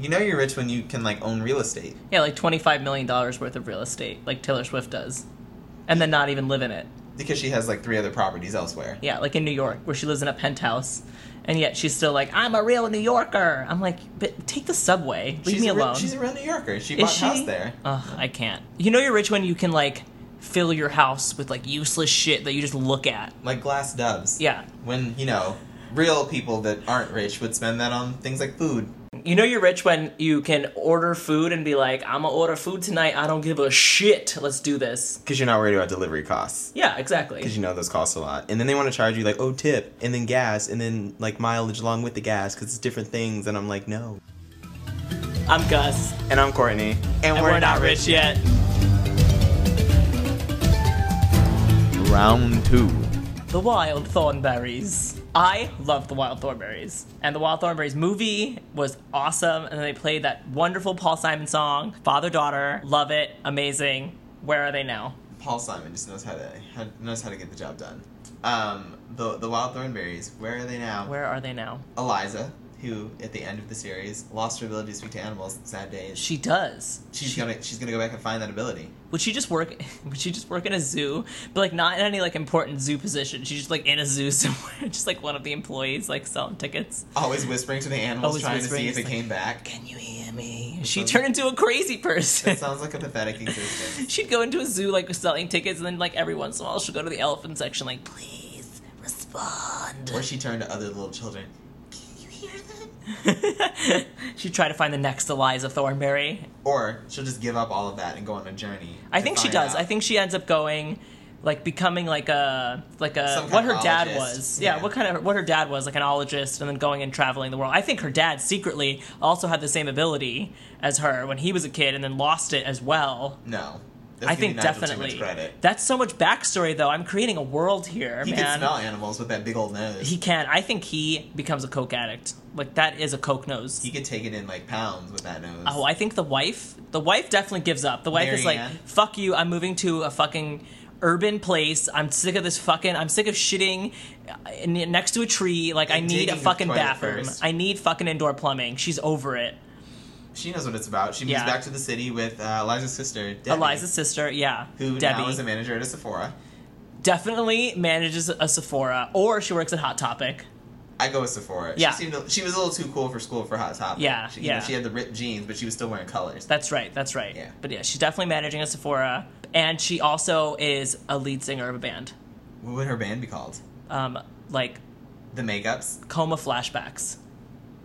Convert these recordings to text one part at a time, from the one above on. You know you're rich when you can like own real estate. Yeah, like $25 million worth of real estate, like Taylor Swift does. And then not even live in it. Because she has like three other properties elsewhere. Yeah, like in New York, where she lives in a penthouse. And yet she's still like, I'm a real New Yorker. I'm like, but take the subway. Leave she's me a re- alone. she's a real New Yorker. She Is bought a house she? there. Ugh, I can't. You know you're rich when you can like fill your house with like useless shit that you just look at. Like glass doves. Yeah. When, you know, real people that aren't rich would spend that on things like food. You know you're rich when you can order food and be like, I'm gonna order food tonight. I don't give a shit. Let's do this. Because you're not worried about delivery costs. Yeah, Because exactly. you know those cost a lot. And then they want to charge you like, oh, tip, and then gas, and then like mileage along with the gas because it's different things. And I'm like, no. I'm Gus, And I'm Courtney. And, and we're not rich yet. Round two. The Wild Thornberries. I love the Wild Thornberries. And the Wild Thornberries movie was awesome. And then they played that wonderful Paul Simon song, Father Daughter. Love it. Amazing. Where are they now? Paul Simon just knows how to how, knows how to get the job done. Um, the the wild thornberries. Where are they now? Where are they now? Eliza, who at the end of the series lost her ability to speak to animals. Sad days. She does. She's gonna she's gonna go back and find that ability. Would she just work? Would she just work in a zoo? But like not in any like important zoo position. She's just like in a zoo somewhere, just like one of the employees, like selling tickets. Always whispering to the animals, Always trying to whispering, see if it just like- came back. Can you hear me? She sounds- turned into a crazy person. That sounds like a pathetic existence. She'd go into a zoo like selling tickets, and then like every once in a while she'll go to the elephant section, like please respond. Or she turned to other little children. Can you hear them? She'd try to find the next Eliza Thornberry. Or she'll just give up all of that and go on a journey. I to think she find does. out. I think she ends up going, like becoming like a like a Some what her dad gynecologist. was. Yeah, Yeah. what kind of what her dad was like an ologist, and then going and traveling the world. I think her dad secretly also had the same ability as her when he was a kid, and then lost it as well. no. That's I giving think Nigel Too definitely. much credit. That's so much backstory, though. I'm creating a world here, He man. can smell animals with that big old nose. He He, can. I think he becomes a coke addict. Like that is a coke nose. could take it in like pounds with that nose. oh, I think the wife. The wife definitely gives up. The wife is like, Marianne. "Fuck you! I'm moving to a fucking urban place. I'm sick of this fucking. I'm sick of shitting uh, in- next to a tree. Like I And need a digging the fucking toilet bathroom. first. I need fucking indoor plumbing. She's over it. she knows what it's about. She moves Yeah. back to the city with uh, Eliza's sister, Debbie, Eliza's sister, yeah, who Debbie, now is a manager at a Sephora. definitely manages a Sephora, or she works at Hot Topic. I go with Sephora. Yeah. She, seemed a- she was a little too cool for school for Hot Topic. Yeah, she, you know, yeah. she had the ripped jeans, but she was still wearing colors. That's right. That's right. Yeah. But yeah, she's definitely managing a Sephora, and she also is a lead singer of a band, what would her band be called? um, like The Makeups? Coma Flashbacks.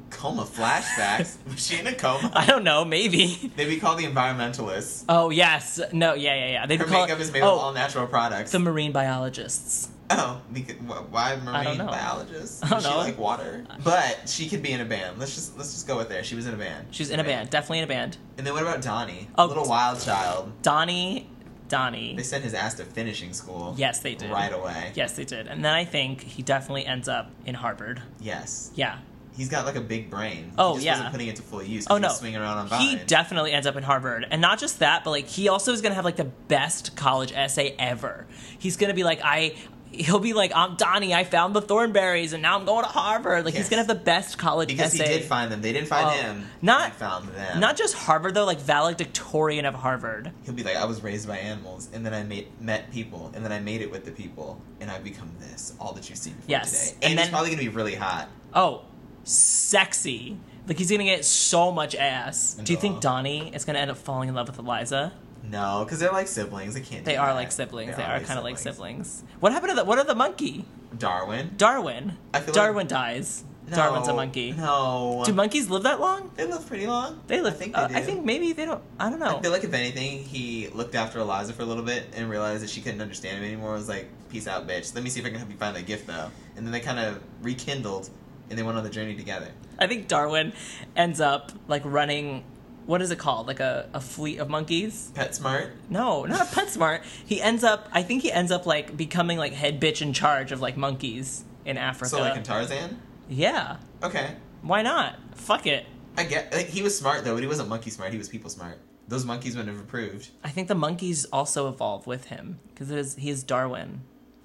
Coma Flashbacks? was she in a coma? I don't know. Maybe. They'd be called the Environmentalists. Oh yes. No. Yeah. Yeah. Yeah. They Her call makeup it, is made oh, of all natural products. the marine biologists. Oh, because, wh- why marine don't know. biologist? I don't Does she know. like water? But she could be in a band. Let's just let's just go with there. She was in a band. She's in a band. Definitely in a band. And then what about Donnie? Oh, Little wild child. Donnie. Donnie. They sent his ass to finishing school. yes, they did. Right away. Yes, they did. And then I think he definitely ends up in Harvard. Yes. Yeah. He's got like a big brain. Oh, he just yeah. wasn't putting it to full use. 'cause Oh he no, was swinging around on he vines. definitely ends up in Harvard, and not just that, but like he also is gonna have like the best college essay ever. He's gonna be like, I. He'll be like, I'm Donnie. I found the thornberries, and now I'm going to Harvard. Like he's Yes. gonna have the best college because essay. he did find them. They didn't find Oh, him. not- he found them. not just Harvard though, like valedictorian of Harvard. He'll be like, I was raised by animals, and then I made, met people, and then I made it with the people, and I've become this, all that you see before Yes. today. And And, he's then- probably gonna be really hot. Oh, sexy. Like he's gonna get so much ass. Do you No. think Donnie is gonna end up falling in love with Eliza? No, because they're like siblings. They can't. do They are that. like siblings. They are, kind of like siblings. What happened to the? What are the monkey? Darwin. Darwin. I feel like- Darwin dies. No, Darwin's a monkey. No. Do monkeys live that long? they live pretty long. They live. I think. They uh, do. I think maybe they don't. I don't I know. feel like if anything, he looked after Eliza for a little bit and realized that she couldn't understand him anymore. Was like, "Peace out, bitch. Let me see if I can help you find that gift, though." And then they kind of rekindled, and they went on the journey together. I think Darwin ends up like running. What is it called? Like a, a fleet of monkeys? PetSmart. No, not a PetSmart. He ends up. I think he ends up like becoming like head bitch in charge of like monkeys in Africa. So like in Tarzan. yeah. Okay, Why not? Fuck it. I get. Like, he was smart though, but he wasn't monkey smart. He was people smart. Those monkeys wouldn't have approved. I think the monkeys also evolve with him because is he is Darwin.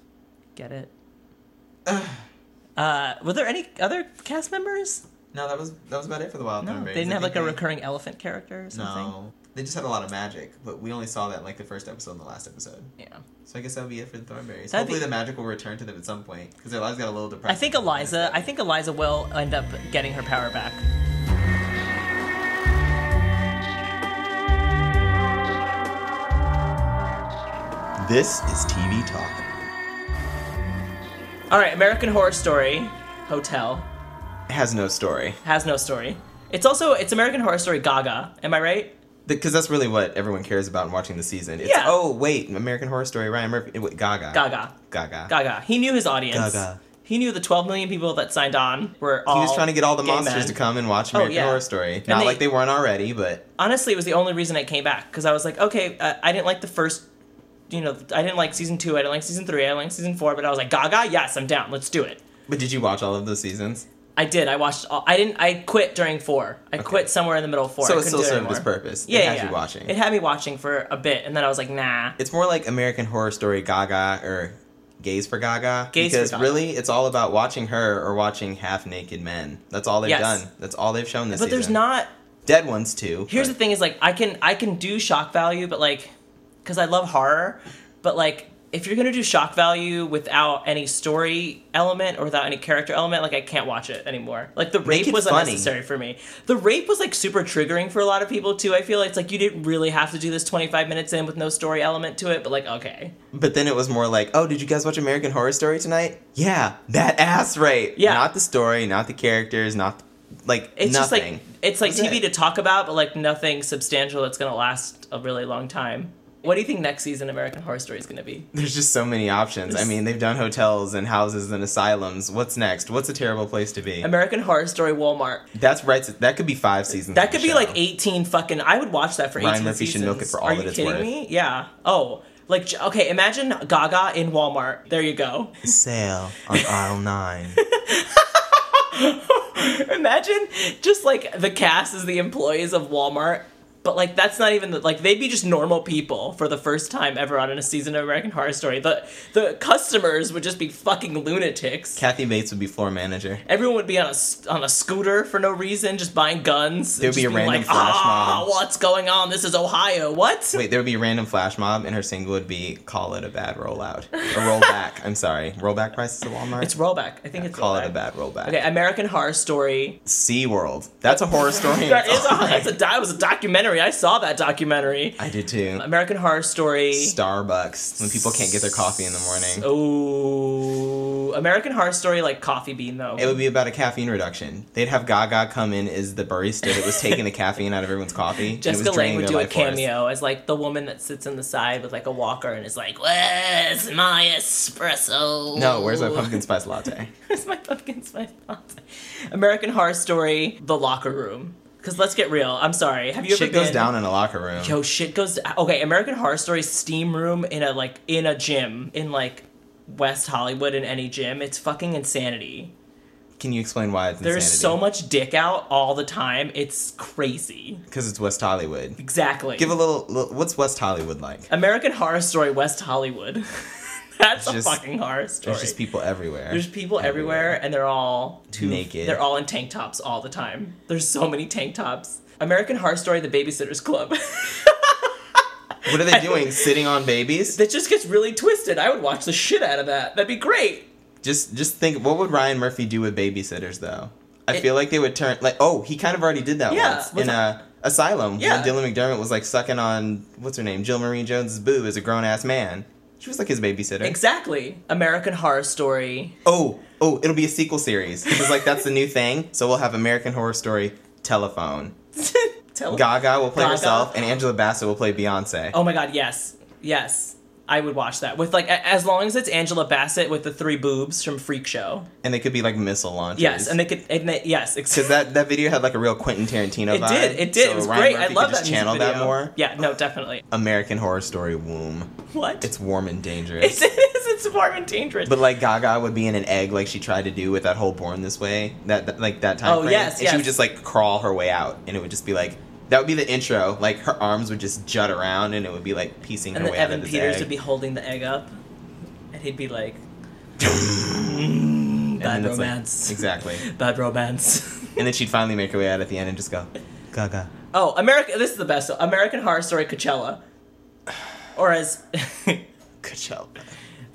Get it? uh, were there any other cast members? No, that was that was about it for the Wild No, they Thornberries. didn't I have like think a they- recurring elephant character or something. No, they just had a lot of magic, but we only saw that in, like the first episode and the last episode. Yeah. So I guess that would be it for the Thornberries. That'd Hopefully, be- the magic will return to them at some point because their lives got a little depressed. I think Eliza. I think Eliza will end up getting her power back. this is TV talk. All right, American Horror Story Hotel It has no story has no story. It's also it's American Horror Story Gaga. Am I right? because that's really what everyone cares about in watching the season. It's, Yeah. Oh wait, American Horror Story. Ryan Murphy. Wait, Gaga. Gaga. Gaga. Gaga. He knew his audience. Gaga. He knew the 12 million people that signed on were all. He was trying to get all the gay monsters men. Oh, to come and watch American yeah. Horror Story. Not they- like they weren't already, but Honestly, it was the only reason I came back because I was like, okay, uh, I didn't like the first. You know, I didn't like season two. I didn't like season three. I didn't like season four. But I was like, Gaga, yes, I'm down. Let's do it. but did you watch all of those seasons? I did. I watched. All, I didn't. I quit during four. I quit somewhere in the middle of four. I So it couldn't still do it served its anymore. purpose. Yeah, it yeah, had yeah. you watching. It had me watching for a bit, and then I was like, nah. it's more like American Horror Story Gaga or Gays for Gaga. Gays for because Gaga. really, it's all about watching her or watching half naked men. That's all they've Yes. done. That's all they've shown this But there's season. not. dead ones too. Here's but- the thing: is like I can I can do shock value, but like, because I love horror, but like if you're gonna do shock value without any story element or without any character element, like I can't watch it anymore. Like the rape it was funny. unnecessary for me. The rape was like super triggering for a lot of people too. I feel like it's like you didn't really have to do this 25 minutes in with no story element to it, but like okay, But then it was more like, oh, did you guys watch American Horror Story tonight? Yeah, that ass rape. Yeah. Not the story, not the characters, not like it's nothing. just like it's like That's TV it. to talk about, but like nothing substantial that's gonna last a really long time. What do you think next season American Horror Story is gonna be? There's just so many options. I There's- mean, they've done hotels and houses and asylums. What's next? What's a terrible place to be? American Horror Story Walmart. That's right. That could be five seasons. That of could the be show. like eighteen fucking. I would watch that for Ryan eighteen Murphy should seasons. milk it for all Are that you it's kidding worth. me? Yeah. Oh, like j- okay. Imagine Gaga in Walmart. There you go. Sale on aisle nine. imagine just like the cast is the employees of Walmart. But like that's not even the, like they'd be just normal people for the first time ever on in a season of American Horror Story. The the customers would just be fucking lunatics. Kathy Bates would be floor manager. Everyone would be on a s- on a scooter for no reason, just buying guns. and There'd be just a being random like, flash ah, mob." what's going on? This is Ohio. What? Wait, there would be a random flash mob, and her single would be "Call It a Bad Rollout" or "Rollback." I'm sorry, rollback prices at Walmart. It's rollback. I think it's Call rollback. it a bad rollback. Okay, American Horror Story. Sea World. That's a horror story. That is a, All that's a, right. that was a documentary. I saw that documentary. I did too. American Horror Story. Starbucks when people can't get their coffee in the morning. Oh, American Horror Story like Coffee Bean though. It would be about a caffeine reduction. They'd have Gaga come in as the barista that was taking the caffeine out of everyone's coffee. and it was Jessica Lange draining would their do a life force. cameo as like the woman that sits in the side with like a walker and is like, "Where's my espresso?" No, where's my pumpkin spice latte? Where's my pumpkin spice latte? American Horror Story: The Locker Room. Because let's get real. I'm sorry. Have you Shit ever goes been- down in a locker room. Yo, shit goes. Okay, American Horror Story steam room in a like in a gym in like West Hollywood in any gym. It's fucking insanity. Can you explain why it's There's so much dick out all the time. It's crazy. because it's West Hollywood. Exactly. Give a little. li- What's West Hollywood like? American Horror Story West Hollywood. That's Just- a fucking horror story. There's just people everywhere. There's people everywhere, and they're all too, Naked. They're all in tank tops all the time. There's so many tank tops. American Horror Story: The Babysitters Club. What are they doing? Sitting on babies? that just gets really twisted. I would watch the shit out of that. That'd be great. Just just think what would Ryan Murphy do with babysitters though? I It- feel like they would turn like oh, he kind of already did that Yeah, once with- in uh, Asylum Yeah. when Dylan McDermott was like sucking on what's her name? Jill Marie Jones's boob as a grown ass man. She was like his babysitter. Exactly. American Horror Story. oh, oh, it'll be a sequel series. Because like that's the new thing. So we'll have American Horror Story Telephone. Tell- Gaga will play Gaga. herself and Angela Bassett will play Beyonce. Oh my god, yes. Yes. I would watch that. With like a- as long as it's Angela Bassett with the three boobs from Freak Show. And they could be like missile launchers. Yes, and they could and they, yes, ex- Because that, that video had like a real Quentin Tarantino it vibe. did. It did. So it was Ryan great. Murphy I could love that just music channel that video. more. Yeah, no, definitely. American Horror Story womb. What? It's warm and dangerous. it's, it's, it's warm and dangerous. but like Gaga would be in an egg, like she tried to do with that whole "Born This Way," that, that- like that time. Oh, frame. yes, and yes. she would just like crawl her way out, and it would just be like that would be the intro. Like her arms would just jut around, and it would be like piecing and her then way out Evan of this Peters egg. would be holding the egg up and he'd be like And then Bad it's like- romance. exactly. bad romance. and then she'd finally make her way out at the end and just go, Gaga. Oh, America! This is the best. American Horror Story Coachella, or as, Coachella.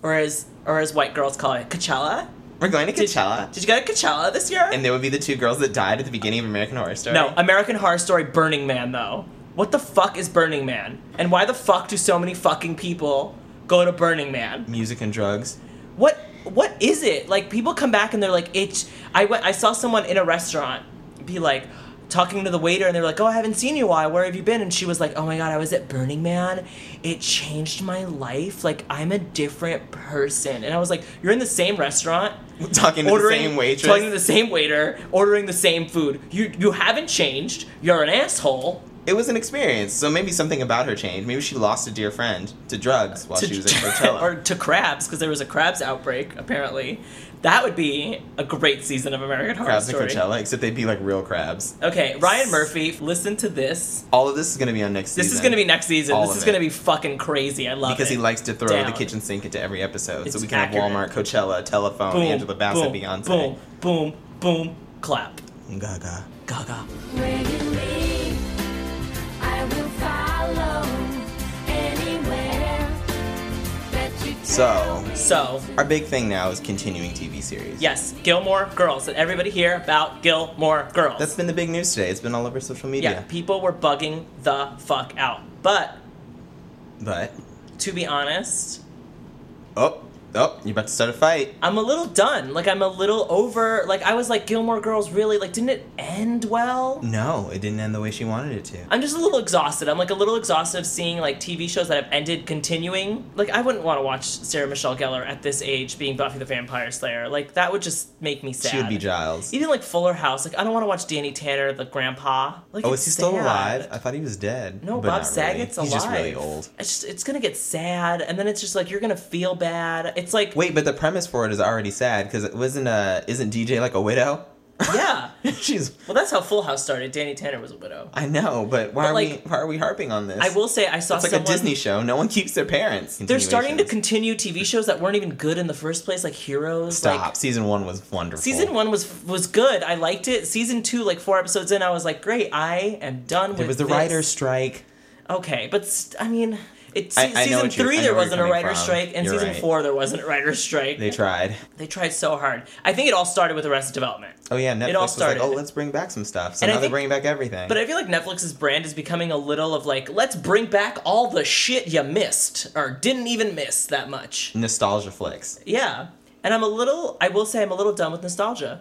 or as, or as white girls call it, Coachella. We're going to Coachella. Did you go to Coachella this year? And there would be the two girls that died at the beginning of American Horror Story. no, American Horror Story Burning Man though. What the fuck is Burning Man? And why the fuck do so many fucking people go to Burning Man? Music and drugs. what what is it like people come back and they're like it's i went i saw someone in a restaurant be like talking to the waiter and they were like oh i haven't seen you why where have you been and she was like oh my god i was at burning man it changed my life like i'm a different person and i was like you're in the same restaurant Talking to ordering the same waitress. talking to the same waiter ordering the same food you you haven't changed you're an asshole it was an experience, so maybe something about her changed. Maybe she lost a dear friend to drugs while to, she was in Coachella. or to crabs because there was a crabs outbreak apparently that would be a great season of american horror crabs at story Coachella, except they'd be like real crabs. Okay, Ryan Murphy, listen to this. All of this is going to be on next This season. is gonna be next season. All this of is it. gonna be fucking crazy. I love because it. he likes to throw Down. the kitchen sink into every episode, It's so we can accurate. have Walmart, Coachella, Telephone, boom, Angela Bassett, boom, Beyonce. Boom, boom, boom, clap. Gaga. Gaga. Where you lead, I will follow anywhere that you So- tell me So, to. Our big thing now is continuing TV series. yes, Gilmore Girls. Did everybody hear about Gilmore Girls? That's been the big news today. It's been all over social yeah, media. people were bugging the fuck out. But But, to be honest, oh, oh, you're about to start a fight. I'm a little done. Like I'm a little over. Like I was like Gilmore Girls. Really? Like didn't it end well? No, it didn't end the way she wanted it to. I'm just a little exhausted. I'm like a little exhausted of seeing like TV shows that have ended continuing. Like I wouldn't want to watch Sarah Michelle Gellar at this age being Buffy the Vampire Slayer. Like that would just make me sad. She would be Giles. Even like Fuller House. Like I don't want to watch Danny Tanner, the grandpa. Like Oh, it's is he still sad. alive? I thought he was dead. No, but not Bob really. Saget's alive. He's just really old. It's just, it's gonna get sad, and then it's just like you're gonna feel bad. It's like Wait, but the premise for it is already sad because it wasn't a isn't DJ like a widow? yeah. She's Well, that's how Full House started. Danny Tanner was a widow. I know, but why But, are like, we why are we harping on this? I will say I saw It's like someone a Disney show. No one keeps their parents. They're starting to Continuations. continue TV shows that weren't even good in the first place, like Heroes. Stop. Like, season one was wonderful. Season one was was good. I liked it. Season two, like four episodes in, I was like, great. I am done with. There was the this. writer's strike. Okay, but st- I mean, it. I- I se- know what season you're- I three know there where you're wasn't a coming writer's from. strike, and You're season right. four there wasn't a writer's strike. They They, tried. tried so hard. I think it all started with Arrested Development. Oh yeah, Netflix all was like, started. oh, let's bring back some stuff. So And I now they're think- bringing back everything. But I feel like Netflix's brand is becoming a little of like, let's bring back all the shit you missed or didn't even miss that much. nostalgia flicks. Yeah. And I'm a little, I will say, I'm a little done with nostalgia.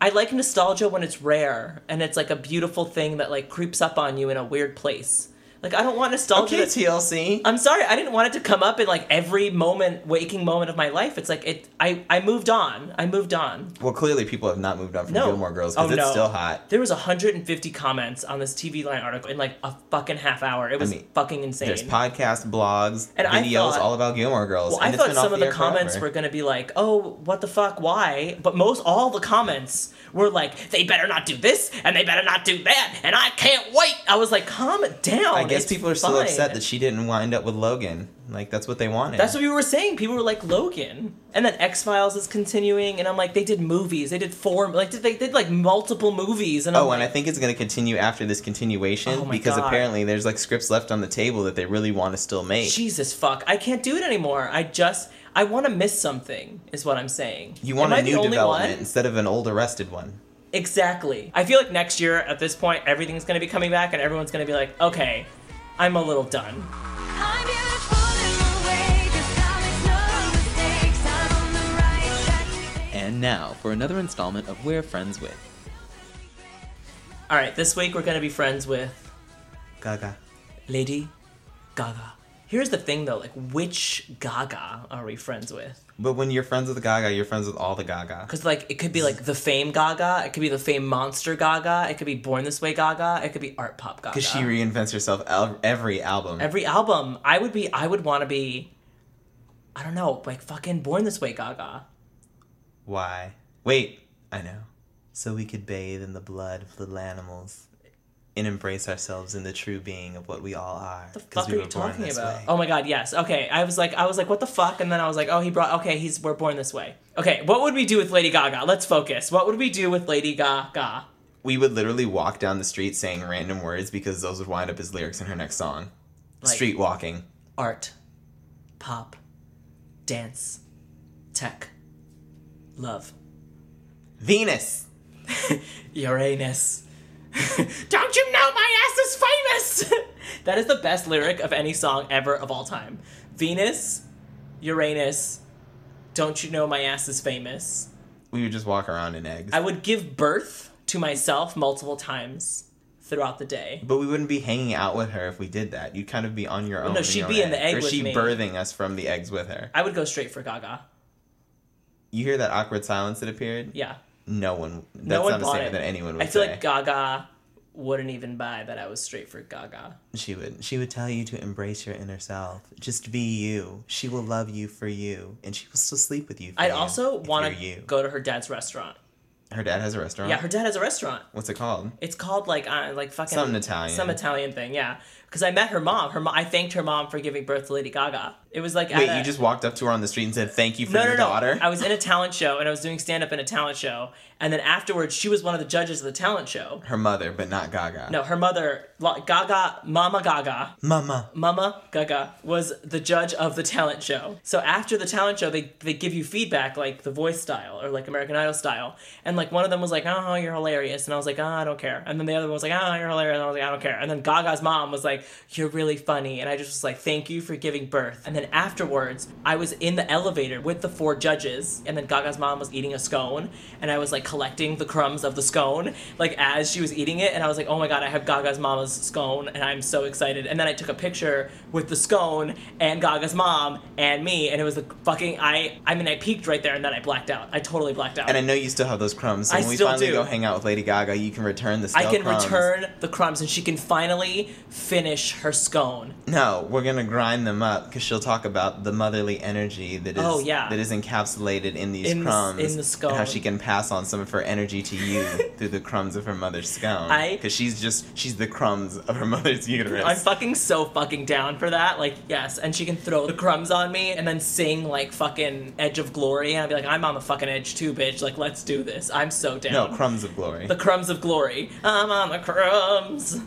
I like nostalgia when it's rare and it's like a beautiful thing that like creeps up on you in a weird place. Like, I don't want nostalgia. Okay, to- TLC. I'm sorry, I didn't want it to come up in like every moment, waking moment of my life. It's like, it, I, I moved on. I moved on. well, clearly people have not moved on from No. Gilmore Girls because Oh, it's no. still hot. There was 150 comments on this TV line article in like a fucking half hour. It was mean, fucking insane. There's podcasts, blogs, And I videos thought- all about Gilmore Girls. Well, and I it's thought been off some of the air comments forever. were going to be like, "Oh, what the fuck? Why?" But most all the comments were like, "They better not do this, and they better not do that, and I can't wait." I was like, "Calm down." I guess it's people are still fine." upset that she didn't wind up with Logan. Like that's what they wanted. That's what we were saying. People were like Logan, and then X Files is continuing, and I'm like, they did movies. They did four, like did they did like multiple movies, and I'm Oh, like, and I think it's going to continue after this continuation Oh my because God. apparently there's like scripts left on the table that they really want to still make. Jesus fuck, I can't do it anymore. I just I want to miss something, is what I'm saying. you want Am I a the new only development one? instead of an old arrested one. Exactly. I feel like next year at this point, everything's gonna be coming back, and everyone's gonna be like, okay, I'm a little done. I'm beautiful in my way, 'cause I make no mistakes. I'm on the right track today. And now for another installment of We're Friends with All right, this week we're gonna be friends with Gaga. Lady Gaga. Here's the thing though, like, which Gaga are we friends with? But when you're friends with Gaga, you're friends with all the Gaga. Because, like, it could be like the fame Gaga, it could be the fame monster Gaga, it could be Born This Way Gaga, it could be art pop Gaga. Because she reinvents herself al- every album. Every album, I would be, I would wanna be, I don't know, like fucking Born This Way Gaga. Why? Wait, I know. So we could bathe in the blood of little animals and embrace ourselves in the true being of what we all are. the 'cause fuck we are were you born talking this about? way. Oh my god, yes. Okay, I was like, I was like, what the fuck? And then I was like, oh, he brought. Okay, he's we're born this way. Okay, what would we do with Lady Gaga? Let's focus. What would we do with Lady Gaga? we would literally walk down the street saying random words because those would wind up as lyrics in her next song. Like- street walking. art, pop, dance, tech, love, Venus. Uranus. Don't you know my ass is famous? that is the best lyric of any song ever of all time. Venus, Uranus, don't you know my ass is famous? We would just walk around in eggs. I would give birth to myself multiple times throughout the day. but we wouldn't be hanging out with her if we did that. You'd kind of be on your own. no, in she'd your be in the egg Or with she'd me. birthing us from the eggs with her. I would go straight for Gaga. You hear that awkward silence that appeared? Yeah. No one. That's no one not a bought statement it. that anyone would I feel say. like Gaga wouldn't even buy that I was straight for Gaga. She would. She would tell you to embrace your inner self. Just be you. She will love you for you, and she will still sleep with you. For I'd you also if want you're to you. go to her dad's restaurant. Her dad has a restaurant. Yeah, her dad has a restaurant. What's it called? It's called like uh, like fucking Something Italian. some Italian thing. Yeah, because I met her mom. Her mom, I thanked her mom for giving birth to Lady Gaga. It was like at Wait, a- you just walked up to her on the street and said, "Thank you for no your no no. daughter." I was in a talent show and I was doing stand up in a talent show, and then afterwards she was one of the judges of the talent show. her mother, but not Gaga. No, her mother, La- Gaga, Mama Gaga, Mama. Mama Gaga was the judge of the talent show. So after the talent show, they, they give you feedback like the voice style or like American Idol style. And like one of them was like, oh, you're hilarious. And I was like, oh, I don't care. And then the other one was like, oh, you're hilarious. And I was like, I don't care. And then Gaga's mom was like, you're really funny. And I just was like, thank you for giving birth. And then afterwards, I was in the elevator with the four judges. And then Gaga's mom was eating a scone. And I was like collecting the crumbs of the scone, like as she was eating it. And I was like, oh my God, I have Gaga's mama's scone. And I'm so excited. And then I took a picture with the scone and Gaga's mom and me. And it was the fucking, I, I mean, I peaked right there and then I blacked out. I totally blacked out. And I know you still have those crumbs. So I when we still finally do. go hang out with Lady Gaga, you can return the. I stale can crumbs. return the crumbs and she can finally finish her scone. No, we're gonna grind them up because she'll talk about the motherly energy that is Oh, yeah. that is encapsulated in these In the- crumbs, in the and how scone. she can pass on some of her energy to you through the crumbs of her mother's scone. I- because she's just she's the crumbs of her mother's uterus. I'm fucking so fucking down for that. Like, yes. And she can throw the crumbs on me and then sing like fucking Edge of Glory. And I'd be like, I'm on the fucking edge too, bitch. Like, let's do this. I'm so down. no crumbs of glory. The crumbs of glory. I'm on the crumbs.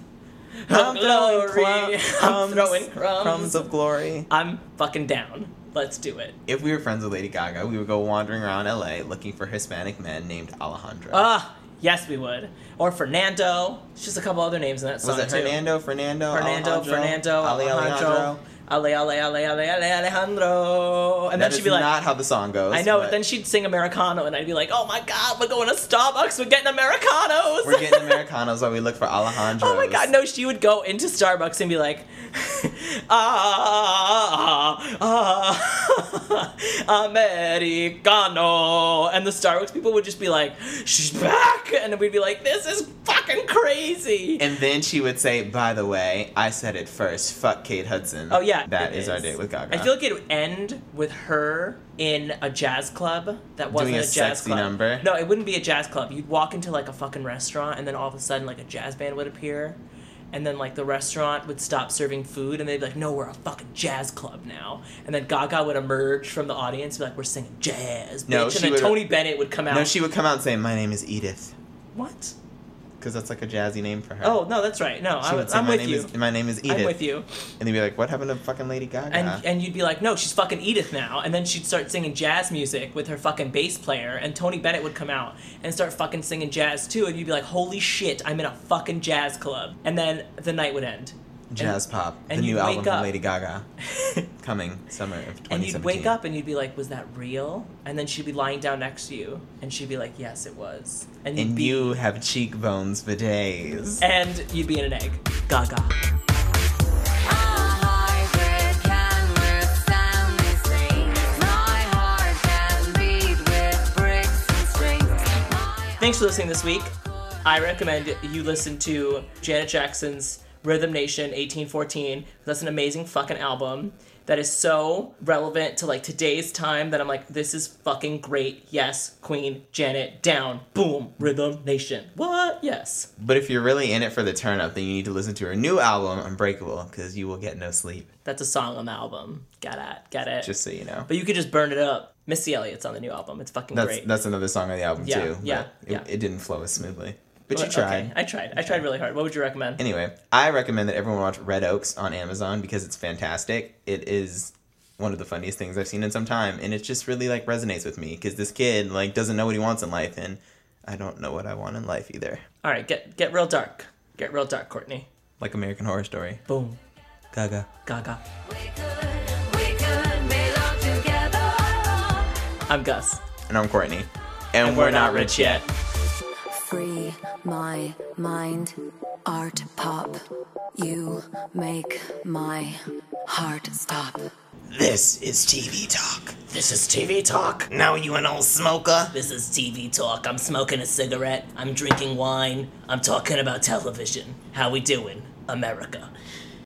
I'm of glory. throwing cru- I'm throwing crumbs. crumbs of glory. I'm fucking down. Let's do it. If we were friends with Lady Gaga, we would go wandering around LA looking for Hispanic men named Alejandro. Ah, yes, we would. Or Fernando. It's just a couple other names in that song Was it too. Hernando? Fernando? Fernando, Alejandro, Fernando, Ali Alejandro. Alejandro. Ale, ale, ale, ale, ale, Alejandro. And That then she'd is be like, not how the song goes. I know, but but then she'd sing Americano, and I'd be like, oh my god, we're going to Starbucks, we're getting Americanos. we're getting Americanos while we look for Alejandro. Oh my god, no, she would go into Starbucks and be like, ah, ah, ah, Americano. And the Starbucks people would just be like, she's back. And we'd be like, this is fucking crazy. And then she would say, by the way, I said it first. Fuck Kate Hudson. Oh yeah, That it is, our date with Gaga. I feel like it would end with her in a jazz club that wasn't Doing a jazz sexy club. number? No, it wouldn't be a jazz club. You'd walk into like a fucking restaurant, and then all of a sudden, like a jazz band would appear, and then like the restaurant would stop serving food, and they'd be like, "No, we're a fucking jazz club now." And then Gaga would emerge from the audience, be like, "We're singing jazz." Bitch. No, and she then would- Tony Bennett would come out. no, she would come out and say, my name is Edith. What? Because that's like a jazzy name for her. Oh no, that's right. No, She I, would was- say, I'm my with name you. Is, my name is Edith. I'm with you. And they'd be like, what happened to fucking Lady Gaga? and and you'd be like, no, she's fucking Edith now. And then she'd start singing jazz music with her fucking bass player, and Tony Bennett would come out and start fucking singing jazz too. And you'd be like, holy shit, I'm in a fucking jazz club. And then the night would end. Jazz Pop. and the new you'd album wake from up. Lady Gaga. Coming summer of 2017. And you'd wake up and you'd be like, was that real? And then she'd be lying down next to you, and she'd be like, yes, it was. And you'd And be you have cheekbones for days. and you'd be in an egg. Gaga. Thanks for listening this week. I recommend you listen to Janet Jackson's Rhythm Nation 1814. That's an amazing fucking album that is so relevant to like today's time that I'm like, this is fucking great. Yes, Queen Janet down. Boom. Rhythm Nation. What? Yes. But if you're really in it for the turn up, then you need to listen to her new album, Unbreakable, because you will get no sleep, That's a song on the album. Got it. Got it. just so you know. but you could just burn it up. Missy Elliott's on the new album. It's fucking That's great. that's another song on the album Yeah, too. but yeah, it, yeah. it didn't flow as smoothly. But you Okay, tried. I tried. I tried really hard. What would you recommend? Anyway, I recommend that everyone watch Red Oaks on Amazon because it's fantastic. It is one of the funniest things I've seen in some time, and it just really like resonates with me because this kid like doesn't know what he wants in life, and I don't know what I want in life either. All right, get get real dark. Get real dark, Courtney. Like American Horror Story. Boom. Gaga. Gaga. We could, we could belong together. I'm Gus. And I'm Courtney. And, we're, not rich yet. Free my mind, art pop. You make my heart stop. This is TV Talk. This is TV Talk. Now you an old smoker? This is TV Talk. I'm smoking a cigarette. I'm drinking wine. I'm talking about television. How we doing, America?